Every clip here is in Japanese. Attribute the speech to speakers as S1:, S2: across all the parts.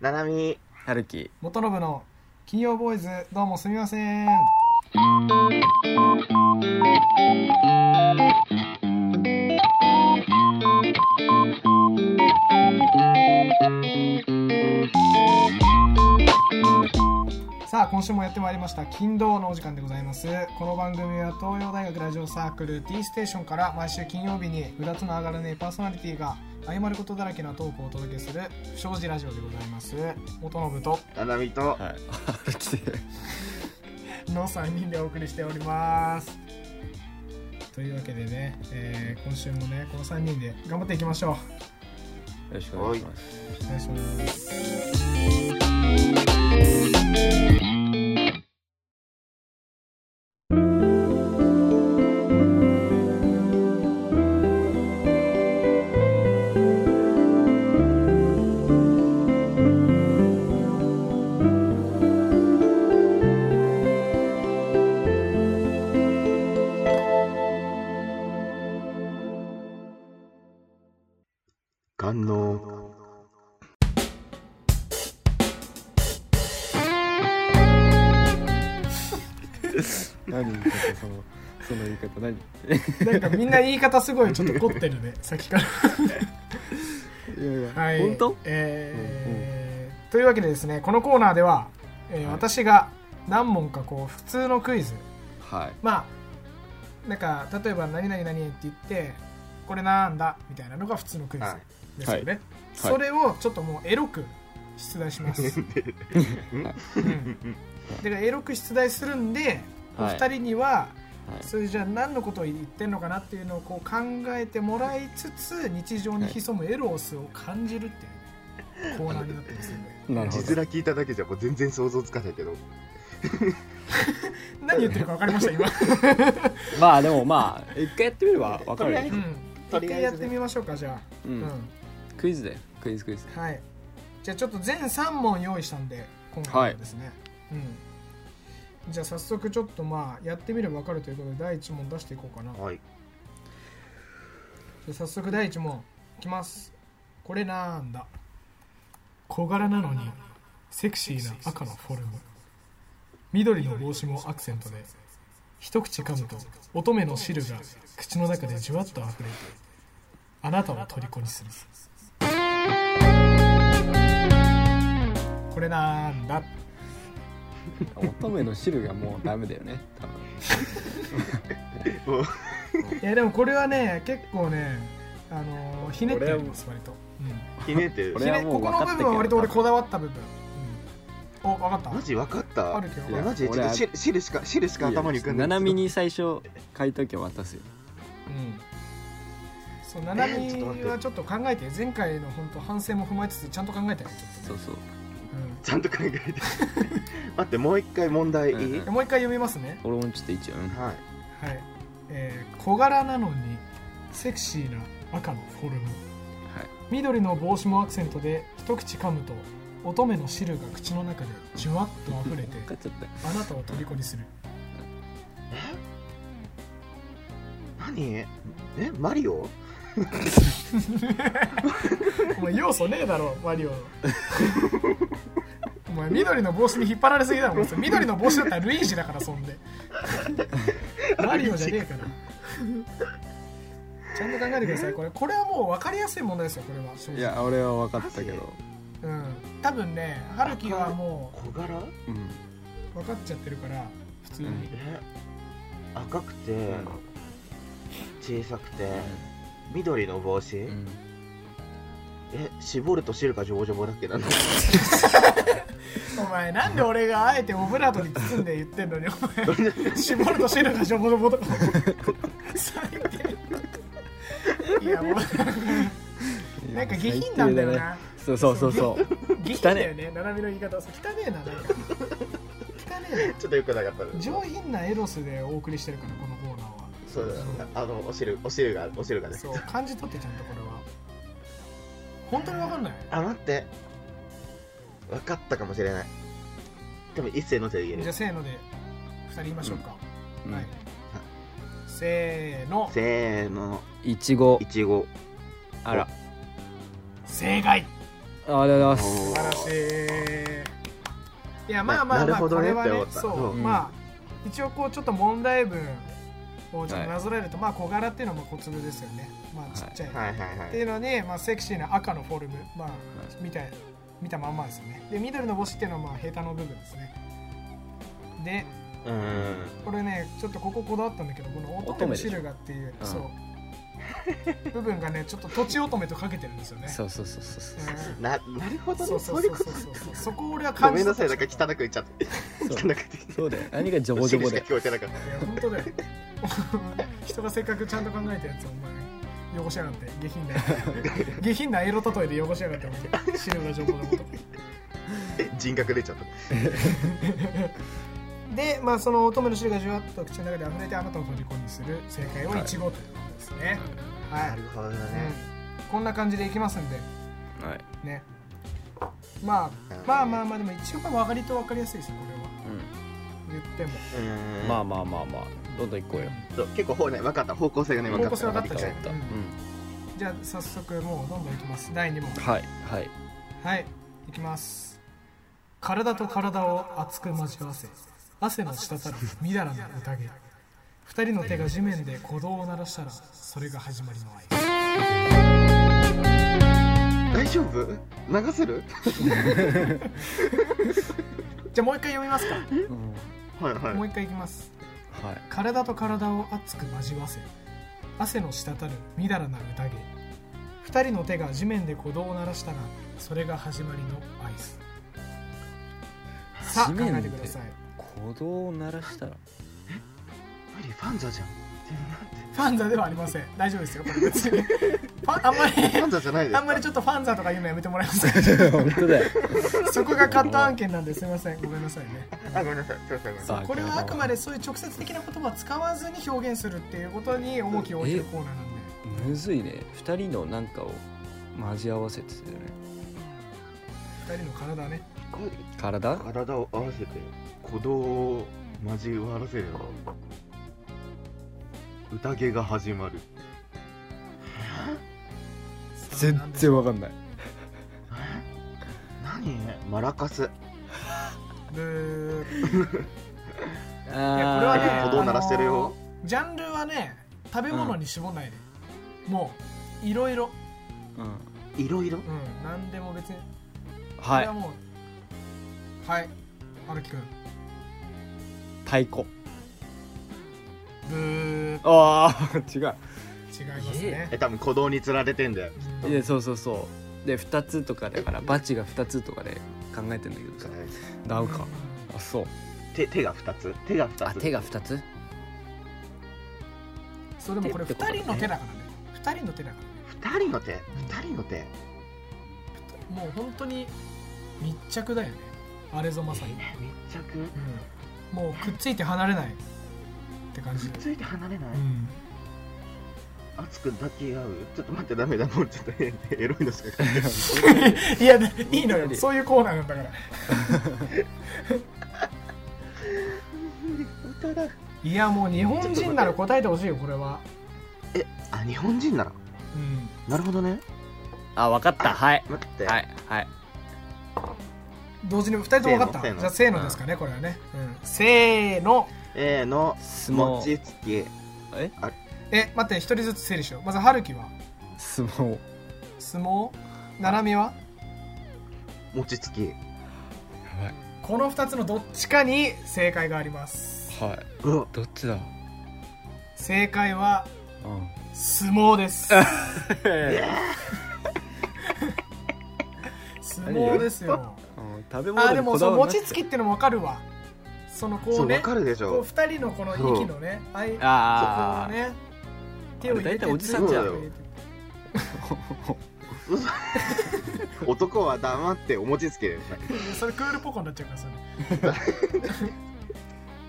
S1: ななみ
S2: はるき
S3: 元信の金曜ボーイズどうもすみませんさあ今週もやってまいりました金土のお時間でございますこの番組は東洋大学ラジオサークル T ステーションから毎週金曜日にうだつの上がらねえパーソナリティが謝ることだらけなトークをお届けする不祥事ラジオでございます元信と
S1: ななみと
S2: はいはるきで
S3: の3人でお送りしておりますというわけでね、えー今週もねこの3人で頑張っていきましょう
S2: よろしくお願いします
S3: お願いします
S1: 官能
S2: 何言い方そのその言い方何
S3: なんかみんな言い方すご いちょっと凝ってるねさっ きから
S2: いやいや、
S3: はい
S2: 本当
S3: えーというわけでですねこのコーナーでは、えー
S2: はい
S3: 私が何問かこう普通のクイズ
S2: はい
S3: まあなんか例えば「何々何々」って言ってこれなんだみたいなのが普通のクイズ
S1: はい
S3: ですよね、
S2: はい
S3: それをちょっともうエロく出題しますうんだからエロく出題するんで、
S2: はい
S3: お二人には
S2: はい
S3: それじゃあ何のことを言ってんのかなっていうのをこう考えてもらいつつ日常に潜むエロスを感じるっていう、コーナーになってますんで
S2: なる
S1: 字
S2: ほど
S1: 面聞いただけじゃもう全然想像つかないけど
S3: 何言ってるか分かりました今、
S2: まあでもまあ一回やってみればわかるよ
S1: とりあえ
S3: う
S1: ず
S3: ん、
S1: と
S3: 一
S1: りあえずね
S3: 回やってみましょうかじゃあ、
S2: うん
S3: うん
S2: クイズだよクイズクイズ
S3: はい。じゃあちょっと全3問用意したんで、今回はですね。うん。じゃあ早速ちょっとまあやってみればわかるということで第1問出していこうかな。じゃ
S1: はい
S3: あ早速第1問いきます。これなんだ小柄なのにセクシーな赤のフォルム。緑の帽子もアクセントで一口噛むと乙女の汁が口の中でじゅわっと溢れてあなたを虜にするこれなんだ
S2: 乙女の汁がもうダメだよね多分
S1: もう
S3: いやでもこれはね結構ねあのーひねってあります割と、う
S1: ひねってる
S2: こ
S3: ん、
S2: れ
S3: ひ
S2: は
S3: ね
S2: も
S3: こ
S2: う
S3: こ
S2: 分
S3: の
S2: か
S3: 部
S2: ってるけど
S3: 分は割と俺こだわった部分、うん、お分かった
S1: マジわかった
S3: あるけど
S1: いやマジちょっと汁汁しか汁しか頭に浮かんで
S2: ななみに最初回答権渡すよ
S3: うんそうななみ
S1: えーちょっと待って
S3: はちょっと考えて前回の本当反省も踏まえつつちゃんと考えたよちょっと
S2: そうそう
S3: うん
S1: ちゃんと考えて待ってもう一回問題い
S2: うん
S1: い、
S2: うん
S3: でもう一回読みますね
S2: 俺もちょっと一応うん
S1: はい
S3: はい、えー小柄なのにセクシーな赤のフォルム
S2: はい
S3: 緑の帽子もアクセントで一口噛むと乙女の汁が口の中でじゅわっと溢れて
S2: 分かっちゃったよ
S3: あなたを虜にする
S1: 何えマリオ
S3: お前要素ねえだろマリオのお前緑の帽子に引っ張られすぎだろお前それ緑の帽子だったらルイージだからそんでマリオじゃねえからちゃんと考えてくださいこれこれはもう分かりやすい問題ですよこれは正直
S2: いや俺は分かったけど
S3: うん多分ね春樹はも
S1: 小柄
S2: うん
S3: う分かっちゃってるから普通に、
S2: うん
S1: え赤くて
S2: ん
S1: 小さくて緑の帽子、
S2: うん
S1: え絞ると汁がジョボジョボだっけなの
S3: お前なんで俺があえてオブラートに包んで言ってんのにお前絞るとシェルがジョボジョボとか最低いやもうなんか下品なんだよな
S2: そうそうそうそう
S3: 下品だよね斜めの言い方そう汚ねえななんか汚ねえ
S1: ちょっとよくなかったね
S3: な上品なエロスでお送りしてるからこのコーナーは
S1: そうだあのお汁お汁がお汁がね
S3: そう感じ取ってちゃんとこれは本当に分かんない
S1: あ待って分かったかもしれないでも一斉の手で言え
S3: じゃあ
S1: る
S3: せーので2人言いましょうか、
S2: うん
S3: はいせーの
S1: せーの
S2: いちご
S1: いちご
S2: あら
S3: 正解
S1: あ
S2: ありがとうございま
S1: おー
S2: す
S3: 素晴らしいいやまあまあ
S1: なる
S3: まあ
S1: ほ
S3: こ
S1: どね
S3: れは
S1: って
S3: ね
S1: 思った
S3: そう、
S1: うん
S3: まあ一応こうちょっと問題文をちょっとなぞらえると、まあ小柄っていうのはもう小粒ですよねまあちっちゃい、
S1: はいはい
S3: っ
S1: は
S3: て
S1: い
S3: いうのに、まあ、セクシーな赤のフォルム、まあ、見た見たまんまですよねで緑の帽子っていうのはまあヘタの部分ですねで
S1: うーん
S3: これねちょっとこここだわったんだけどこの
S2: 乙
S3: 乙女
S2: 女
S3: の
S2: でしょ
S3: シルがっていう、
S2: うん
S3: そう部分がねちょっととちおとめとかけてるんですよね
S2: そうそうそうそうそう
S3: うん
S1: ななるほど
S3: そ
S1: ね
S3: うそ
S1: そううい
S3: そうう
S1: こ
S3: そ
S1: と
S3: うそうそこを俺は
S1: ご
S3: 感
S1: め
S3: じ
S1: んなさいなんか汚
S3: い
S1: く言っちゃって
S2: そ
S1: 汚
S2: う
S1: くて
S2: そうだよ何がジョボジ
S1: シル
S2: ョボ
S1: しか
S2: で
S1: 聞こえてなかっ
S3: や本当だよ人がせっかくちゃんと考えたやつをお前汚しやがって下品な下品なエロ例えで汚しやがってお前シルが情報のこと
S1: た人格出ちゃった
S3: で、まあ、その乙女の汁がじゅわっと口の中で溢れてあなたを虜にする正解を1号ということですね。はい、
S1: なるほどね
S3: うんこんな感じでいきますんで、
S2: はい
S3: ね。まあ
S1: うん、
S3: まあまあまあ、でも一応まあ割と分かりやすいですよ、これは。言っても。
S1: うーん
S2: まあまあまあまあどんどん行こうよ
S1: そう結構方ね分かった方向性がね分か
S3: 方向
S1: っ
S3: 性
S1: た
S3: 分か
S2: わ
S3: ったじゃん
S2: わかった
S3: う
S2: うんん
S3: じゃあ、早速もうどんどんいきます。第2問。
S2: はいはい
S3: はい、いきます。体と体を熱く交わせ、汗の滴るみだらな宴。二人の手が地面で鼓動を鳴らしたら、それが始まりの合
S1: 大丈夫流せる
S3: 図。じゃあもう一回読みますか。
S2: うん
S1: はいはい
S3: もう一回いきます。
S2: はい
S3: 体と体を熱く交わせ、汗の滴るみだらな宴。二人の手が地面で鼓動を鳴らしたら、それが始まりの合図。さあ、
S2: 地
S3: 考
S2: 面
S3: え
S2: で
S3: てください。
S2: 鼓動を鳴らしたら
S1: 無理ファンザじゃん
S3: ファンザではありません。大丈夫ですよ、これ別に。ファンあんまり。
S1: ファンザじゃないですか
S3: あんまりちょっとファンザとか言うのやめてもらえます か
S2: 本当だよ
S3: そこがカット案件なんですいませんごめんなさいね
S1: あごめんなさいすいませんごめんなさい
S2: さあ
S3: これはあくまでそういう直接的な言葉を使わずに表現するっていうことに重きを置いてるコーナーなんで
S2: むずいね二人のなんかを交わせてたよね
S3: 二人の体ね
S2: 体
S1: 体を合わせて鼓動を交わらせれば宴が始まる
S2: 全然わかんない
S1: 何マラカス
S3: ブー
S2: あ
S3: いやこれはね
S1: ー鼓動鳴らしてるよ
S3: あのージャンルはね食べ物に絞んないで、もういろいろ
S2: うん
S1: いろいろ
S3: うん何でも別にこ
S2: は
S3: れ
S2: い
S3: はもうはい春樹くん
S2: 太鼓
S3: ブー
S2: ああ違う
S3: 違いますね
S1: え多分鼓動につられてんだよ
S3: うん
S2: いやそうそうそうで2つとかだからバチが2つとかで考えてんだけどさなんかあそう
S1: 手手が2つ手が2
S2: あ
S1: つ
S2: 手が2つ
S3: それもこれ
S2: 手ってこと
S3: 2人の手だからね2人の手だか
S1: 2
S3: らね
S1: 人の手2人の手
S3: もう本当に密着だよねあれぞまさに、
S1: 密着
S3: うん、もうくっついて離れないって感じ
S1: くっついて離れない、
S3: うん
S1: 熱く抱き合うちょっと待ってダメだもうちょっと変エロいのしか書いてない
S3: いやでいいのよそういうコーナーなんだから
S1: 歌 だ
S3: いやもう日本人なら答えてほしいよこれは
S1: えあ日本人なら
S3: うん
S1: なるほどね
S2: あ分かったはい
S1: 待って、
S2: はいはい
S3: 同時に2人とも分かっ
S1: せー
S3: た
S1: の
S3: じゃあせーのですかねこれはね、うん、せーの
S1: えーの
S2: 相
S1: 餅
S2: 撲
S1: つき
S2: え
S3: え待って1人ずつ整理しようまず春樹は
S2: 相撲
S3: 相撲七海は
S1: 餅つき
S2: や
S3: この2つのどっちかに正解があります
S2: ばいはいう
S1: わ
S2: どっちだ
S3: 正解は
S2: うん
S3: 相撲です相撲ですよ
S2: うん食べ物
S3: あ
S2: に
S3: でも
S2: こだ
S3: その
S2: わるな
S3: 餅つきってのも分かるわそのこ
S1: そううわ
S3: ね
S1: かるでし
S3: こう
S1: ょ
S3: 2人のこの息のねあい
S2: ああ
S3: こうね手を入れ
S2: あれ大
S3: て
S2: 体おじさん
S1: じゃん
S3: 手を入れて
S1: 男は黙ってお餅つきですね
S3: それクールポコになっちゃうからそ れ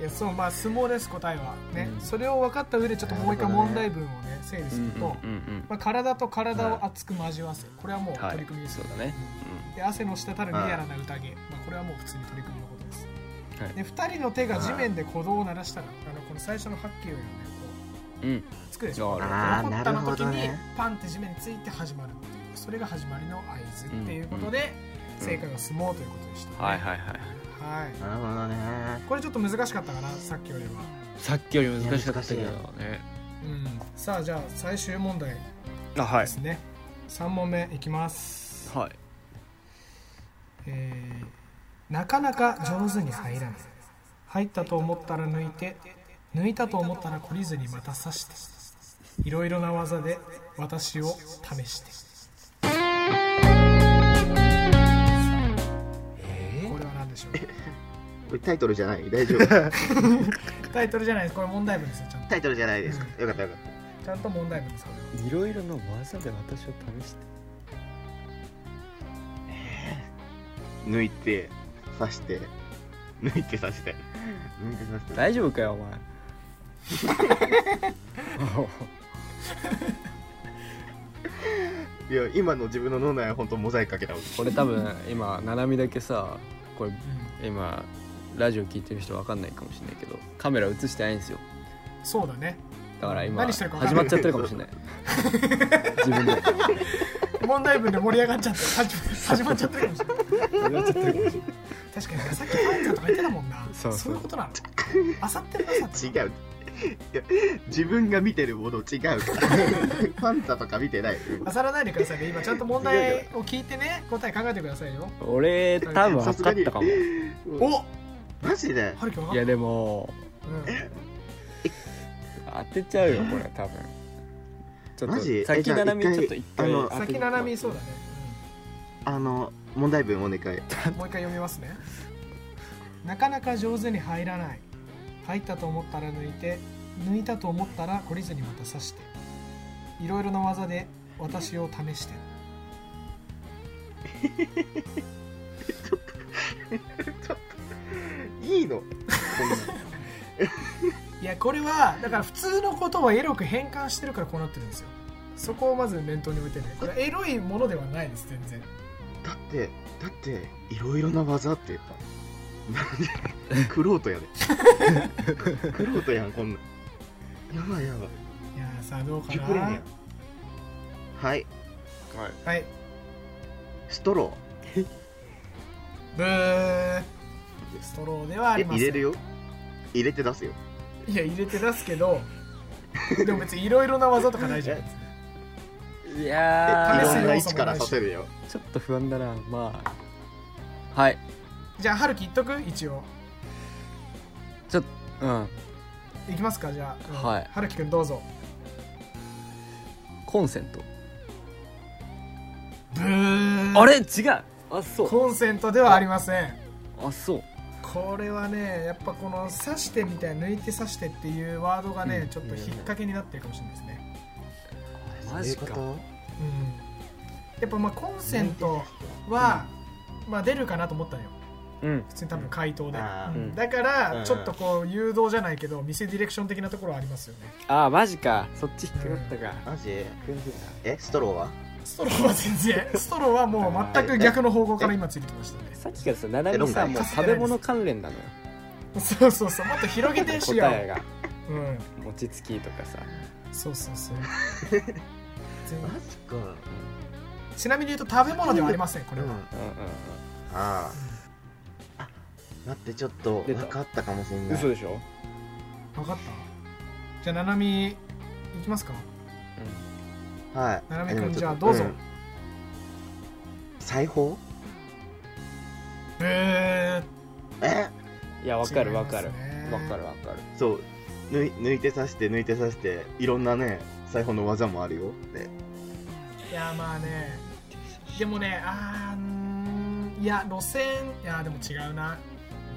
S3: いやそうまあ相撲です答えはね、
S2: うん
S3: それを分かった上でちょっともう一回
S1: なるほどね
S3: 問題文をね整理
S2: う
S3: す
S2: ん
S3: る
S2: う
S3: と、
S2: んうん
S3: まあ、体と体を熱く交わせこれはもう
S2: うんは
S3: 取り
S2: い
S3: 組みです
S2: そ
S3: よ
S2: うだね
S3: で汗の滴るみやらな宴、まあ、これはもう普通に取り組みのことです、
S2: はい
S3: で2人の手が地面で鼓動を鳴らしたら、あのこの最初のハッキーをね
S2: うんうん
S3: こうつくでしょ
S2: あ
S3: こ
S2: ー
S3: のコッタ
S1: なる
S3: の
S1: ほ
S3: 時
S1: ど
S3: に
S1: ね
S3: パンって地面について始まるっていうそれが始まりの合図っていうことで、
S2: うん
S3: 正解は相撲ということでした、
S2: はいはいはい
S3: はい
S1: なるほどね
S3: これちょっと難しかったかなさっきよりは、
S2: さっきより難しかったけどね
S3: うん、さあじゃあ最終問題
S2: あは
S3: で
S2: い
S3: すね、3問目いきます、
S2: はい
S3: えーなかなか上手に入らない入ったと思ったら抜いて抜いたと思ったら懲りずにまた刺していろいろな技で私を試して
S2: え
S3: これは何でしょう
S1: これタイトルじゃない大丈 夫
S3: タイトルじゃないですこれ問題文ですよちゃんと
S1: タイトルじゃないですよかったよかっ
S3: ちゃんと問題文ですこれ
S2: ーいろいろな技で私を試して
S1: た抜いて刺して抜いて刺して抜いて刺して
S2: 大丈夫かよお前
S1: いや今の自分の脳内は本当モザイクかけたもん
S2: これ多分今ななみだけさこれ
S3: は、
S2: 今ラジオ聞いてる人わかんないかもしれないけどカメラ映してないんですよ
S3: うん、そうだね
S2: だから今
S3: 何し
S2: 始
S3: てるか
S2: ま
S3: わ
S2: っ
S3: かん
S2: ちゃ
S3: ない
S2: ってるかも しれない自分で
S3: 問題文で盛り上がっちゃって始ま始まっちゃってるかもしれない確かにさっきパンツとか言ってたもんな
S2: そうそう
S3: いうことなのあさっての朝って
S1: 違ういや自分が見てるもの違うから パンタとか見てない
S3: あさらないでくださいね今ちゃんと問題を聞いてね答え考えてくださいよ
S2: 俺多分分かったかもい
S1: お
S3: お
S1: マジで
S3: はるきわかった
S2: やでも
S3: うん
S2: 当てちゃうよこれ多分ちょっ
S1: マジ
S2: と先ななみ
S1: えじゃあ
S2: ちょっと一回
S1: 一回あの
S2: 当てて
S3: 先ななみそうだね、
S1: あの問題文お願い
S3: うんもう一回読みますねなかなか上手に入らない入ったと思ったら抜いて抜いたと思ったら懲りずにまた刺していろいろな技で私を試して
S1: いいの
S3: いやこれはだから普通のことをエロく変換してるからこうなってるんですよそこをまず念頭に置いてねこれエロいものではないです全然
S1: だってだっていろいろな技って言ったなんでクロートやで クロートやんこんなんやばいやばい
S3: いやーさあどうか
S1: 熟練や
S3: なん
S1: はい
S3: はい
S1: ストロ
S3: ブーストローではあ
S1: ー
S3: り
S1: え
S3: ません
S1: 入れるよ入れて出すよ
S3: いや入れて出すけどでも別にいろいろな技とかないじゃないですか
S2: い
S1: えいろ
S2: や
S1: んな位置から刺せるよ
S2: ーちょっと不安だなまあはい
S3: じゃあ春樹言っとく一応
S2: ちょっとうん
S3: いきますかじゃあ、うん
S2: はい
S3: 春樹くんどうぞ
S2: コンセント
S3: ブー
S2: あれ違うあそう
S3: コンセントではありません
S2: あそう
S3: これはねやっぱこの「刺して」みたいな「抜いて刺して」っていうワードがね、
S2: うん
S3: ちょっと引っ掛けになってるかもしれないですね、
S2: マジか
S1: そういうこ
S3: うん、やっぱまあコンセントは、まあ、出るかなと思ったのよ
S2: うん
S3: 普通に多分回答で、
S1: あ
S3: う
S1: ー
S3: ん
S2: うん
S3: だか
S1: う
S3: ら
S1: ん
S3: ちょっとこう誘導じゃないけど店ディレクション的なところはありますよね
S2: あーマジかそっち引っかかったか
S1: とマジえストローは
S3: ストローは全然ストローはもう全く逆の方向から今ついてきましたね
S2: さっきからさななみさ
S1: え
S2: ん
S1: 論
S2: も
S1: 外
S2: う食べ物関連なのよ
S3: そうそうそうもっと広げてしよ
S2: 答えが
S3: う、うん、
S2: 餅つきとかさ
S3: そうそ うそう全
S1: マジか
S3: ちなみに言うと食べ物ではありませんこ
S1: こ
S3: れは、
S2: うんう
S1: あ
S2: ん
S1: ああ待ってちょっと
S2: 出た
S1: 分かったかもしれ
S2: うん
S1: ない
S2: 嘘でしょ
S3: 分かったじゃあななみいきますか
S1: はい
S3: ななみ
S1: えで
S3: くん
S1: もちょっと
S3: じゃあどうぞ
S1: ん裁縫
S3: ブー
S1: え
S2: いやわかるわかる
S3: 違いますね
S2: わかるわかる
S1: そう抜い抜いて刺して抜いて刺していろんなね裁縫の技もあるよで
S3: いやまあねでもねあーうーんいや路線いやでも違うな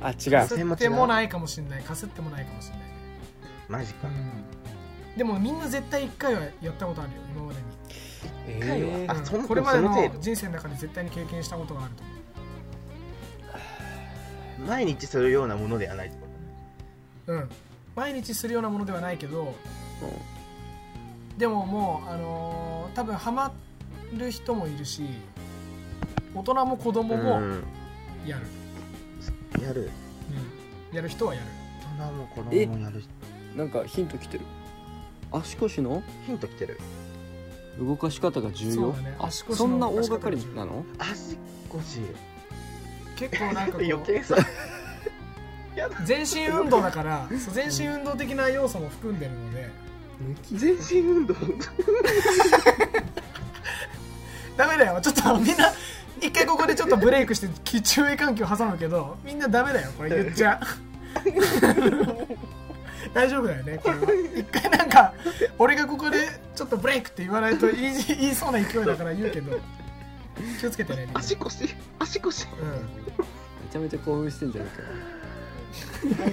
S2: あ違
S3: か
S2: う
S3: すってもないかもしんないかすってもないかもしんない、
S1: マジか、
S3: うん、でもみんな絶対1回はやったことあるよ今までに、
S1: 回は
S2: え
S1: あ
S2: ー
S3: うん
S1: その
S3: これまで
S1: その程度
S3: の人生の中で絶対に経験したことがあると思う
S1: 毎日するようなものではないってこ
S3: うん、毎日するようなものではないけど、でももう、あのー多分ハマる人もいるし大人も子
S1: と
S3: 供
S1: う
S3: も
S1: ん
S3: やる、
S1: やる
S3: うんやる人はやる
S1: 大人も子
S2: え
S1: 供もやるし
S2: なんかヒントきてるあしかしの
S1: ヒント来てる
S2: 動かし方が重
S3: そう
S2: 要、
S3: だね
S2: あ
S3: 足腰の
S2: そんな大掛かりなの
S1: 足腰
S3: 結構なんかこ
S1: 余
S3: う
S1: 計さ
S3: 全身運動だからそう全身運動的な要素も含んでるので
S1: 全身運動
S3: ダメだよちょっとみんな一回ここでちょっとブレイクしてき注意喚起を挟むけどみんなダメだよこれ言っちゃ 大丈夫だよねこれは一回なんか俺がここでちょっとブレイクって言わないと言い言いそうな勢いだから言うけど気をつけてねみんな
S1: 足腰足腰
S3: う
S2: めちゃめちゃ興奮してんじゃないか
S1: 大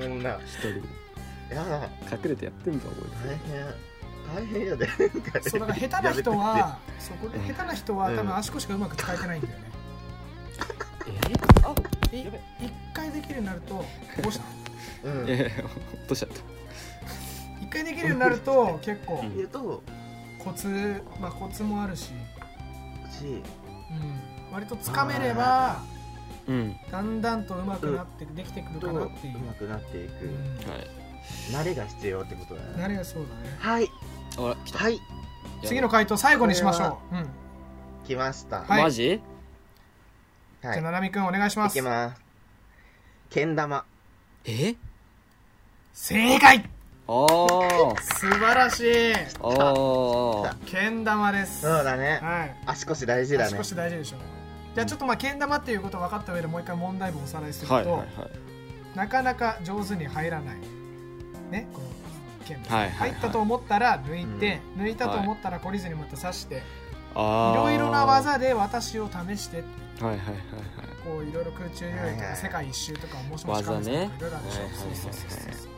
S1: 変もうな
S2: 一人
S1: やだ
S2: 隠れてやってんだ覚
S1: 大変大変やで
S3: んそうだから下手な人はそこ下手な人は多
S1: うん
S3: 分足腰がうまく使えてないんだよね
S2: え
S3: い
S2: やべ
S3: 一回できるようになるとどうした
S1: うん
S2: てるいやいや落としちゃった
S3: 一回できるようになると結構
S1: 言うと
S3: コツまあコツもあるし
S1: し
S3: うん、割とつかめれば
S2: うんは
S3: だんだんと上手くなってできてくる
S1: と
S3: か
S1: う
S3: な
S1: ま
S3: っていう、
S1: くなっていく
S3: うん、
S2: い
S1: 慣れが必要ってことだね
S3: 慣れがそうだね
S1: はい
S2: あら来た
S1: はい
S3: 次の回答最後にしましょう、うん、
S1: 来ました
S3: はい
S2: マジ
S3: じ
S1: は
S3: ゃあ
S1: い
S3: ななみくんお願いしま
S1: い
S3: す
S1: きますけん玉
S2: え
S3: 正解
S2: あ ー
S3: 素晴らしい
S2: あー
S3: けん玉です、
S1: そうだね
S3: はい
S1: 足腰大事だ
S3: 足
S1: ね
S3: 腰大事でしょじゃあちょっとまあけん玉っていうことを分かった上でもう一回問題文をおさらいすると、
S2: はいはいはい
S3: なかなか上手に入らないねこのけん玉、
S2: はいはいはい
S3: 入ったと思ったら抜いて、抜いたと思ったら懲りずにまた刺して、
S2: あ
S3: いろ
S2: ー
S3: いろな技で私を試して
S2: はいはいはいはい
S3: こういろいろ空中遊泳と
S1: はいは
S3: か
S1: い
S3: 世界一周とかもしもしか
S2: 技ね
S3: いろいろあるでしょ
S2: はいはいはいはい
S3: そうそうそうそう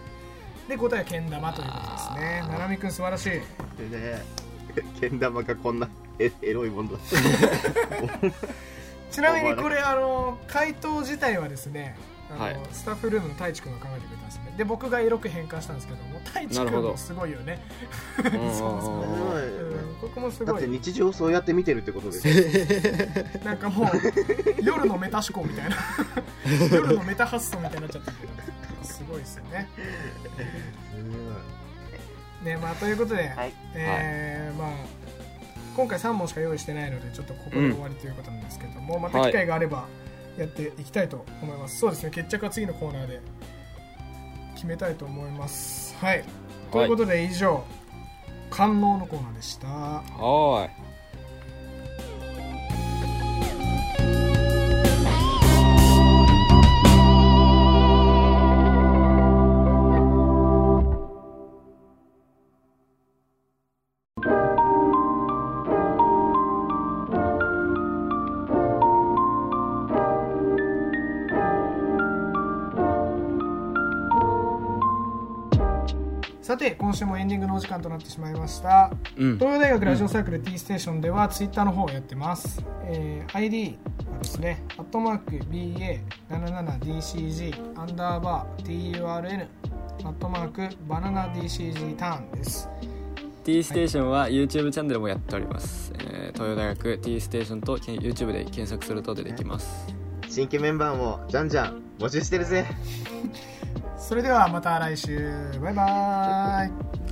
S3: で答えはけん玉ということですね
S2: あー
S3: ななみくん素晴らしい
S1: ねけん玉がこんな エエロいもんだ
S3: ちなみにこれあの回答自体はですねあの、
S2: はい
S3: スタッフルームの太一くんが考えてくれたんですねで僕が色く変換したんですけども太一く
S2: なる
S3: ん
S2: ほ
S3: も
S2: ど
S3: すごいよね、
S2: うんうんうん
S3: そうそ
S1: す
S2: うん
S1: ごい
S3: うん、ここもす
S1: だ
S3: ご
S1: って
S3: い
S1: 日常そうやって見てるってことですよ
S3: なんかもう夜のメタ思考みたい な夜のメタ発想みたいになっちゃってるけどすごいですよねねまあということで、
S1: はい
S3: えーまあ今回3問しか用意してないのでちょっとここで終わりということなんですけども、また機会があればやっていきたいと思います、そうですね決着は次のコーナーで決めたいと思いますはい、ということで以上官能のコーナーでした
S2: はーい
S3: さて今週もエンディングのお時間となってしまいました
S2: うん
S3: 東洋大学ラジオサークル T ステーションではツイッターの方をやってます、えー ID はですね「アットマーク #BA77DCG アンダーバー TURN」アットマークバナナ DCG ターンです
S2: T ステーションは YouTube チャンネルもやっております、えー東洋大学 T ステーションとけん YouTube で検索すると出てきます
S1: 新規メンバーもじゃんじゃん募集してるぜ
S3: それではまた来週バイバーイ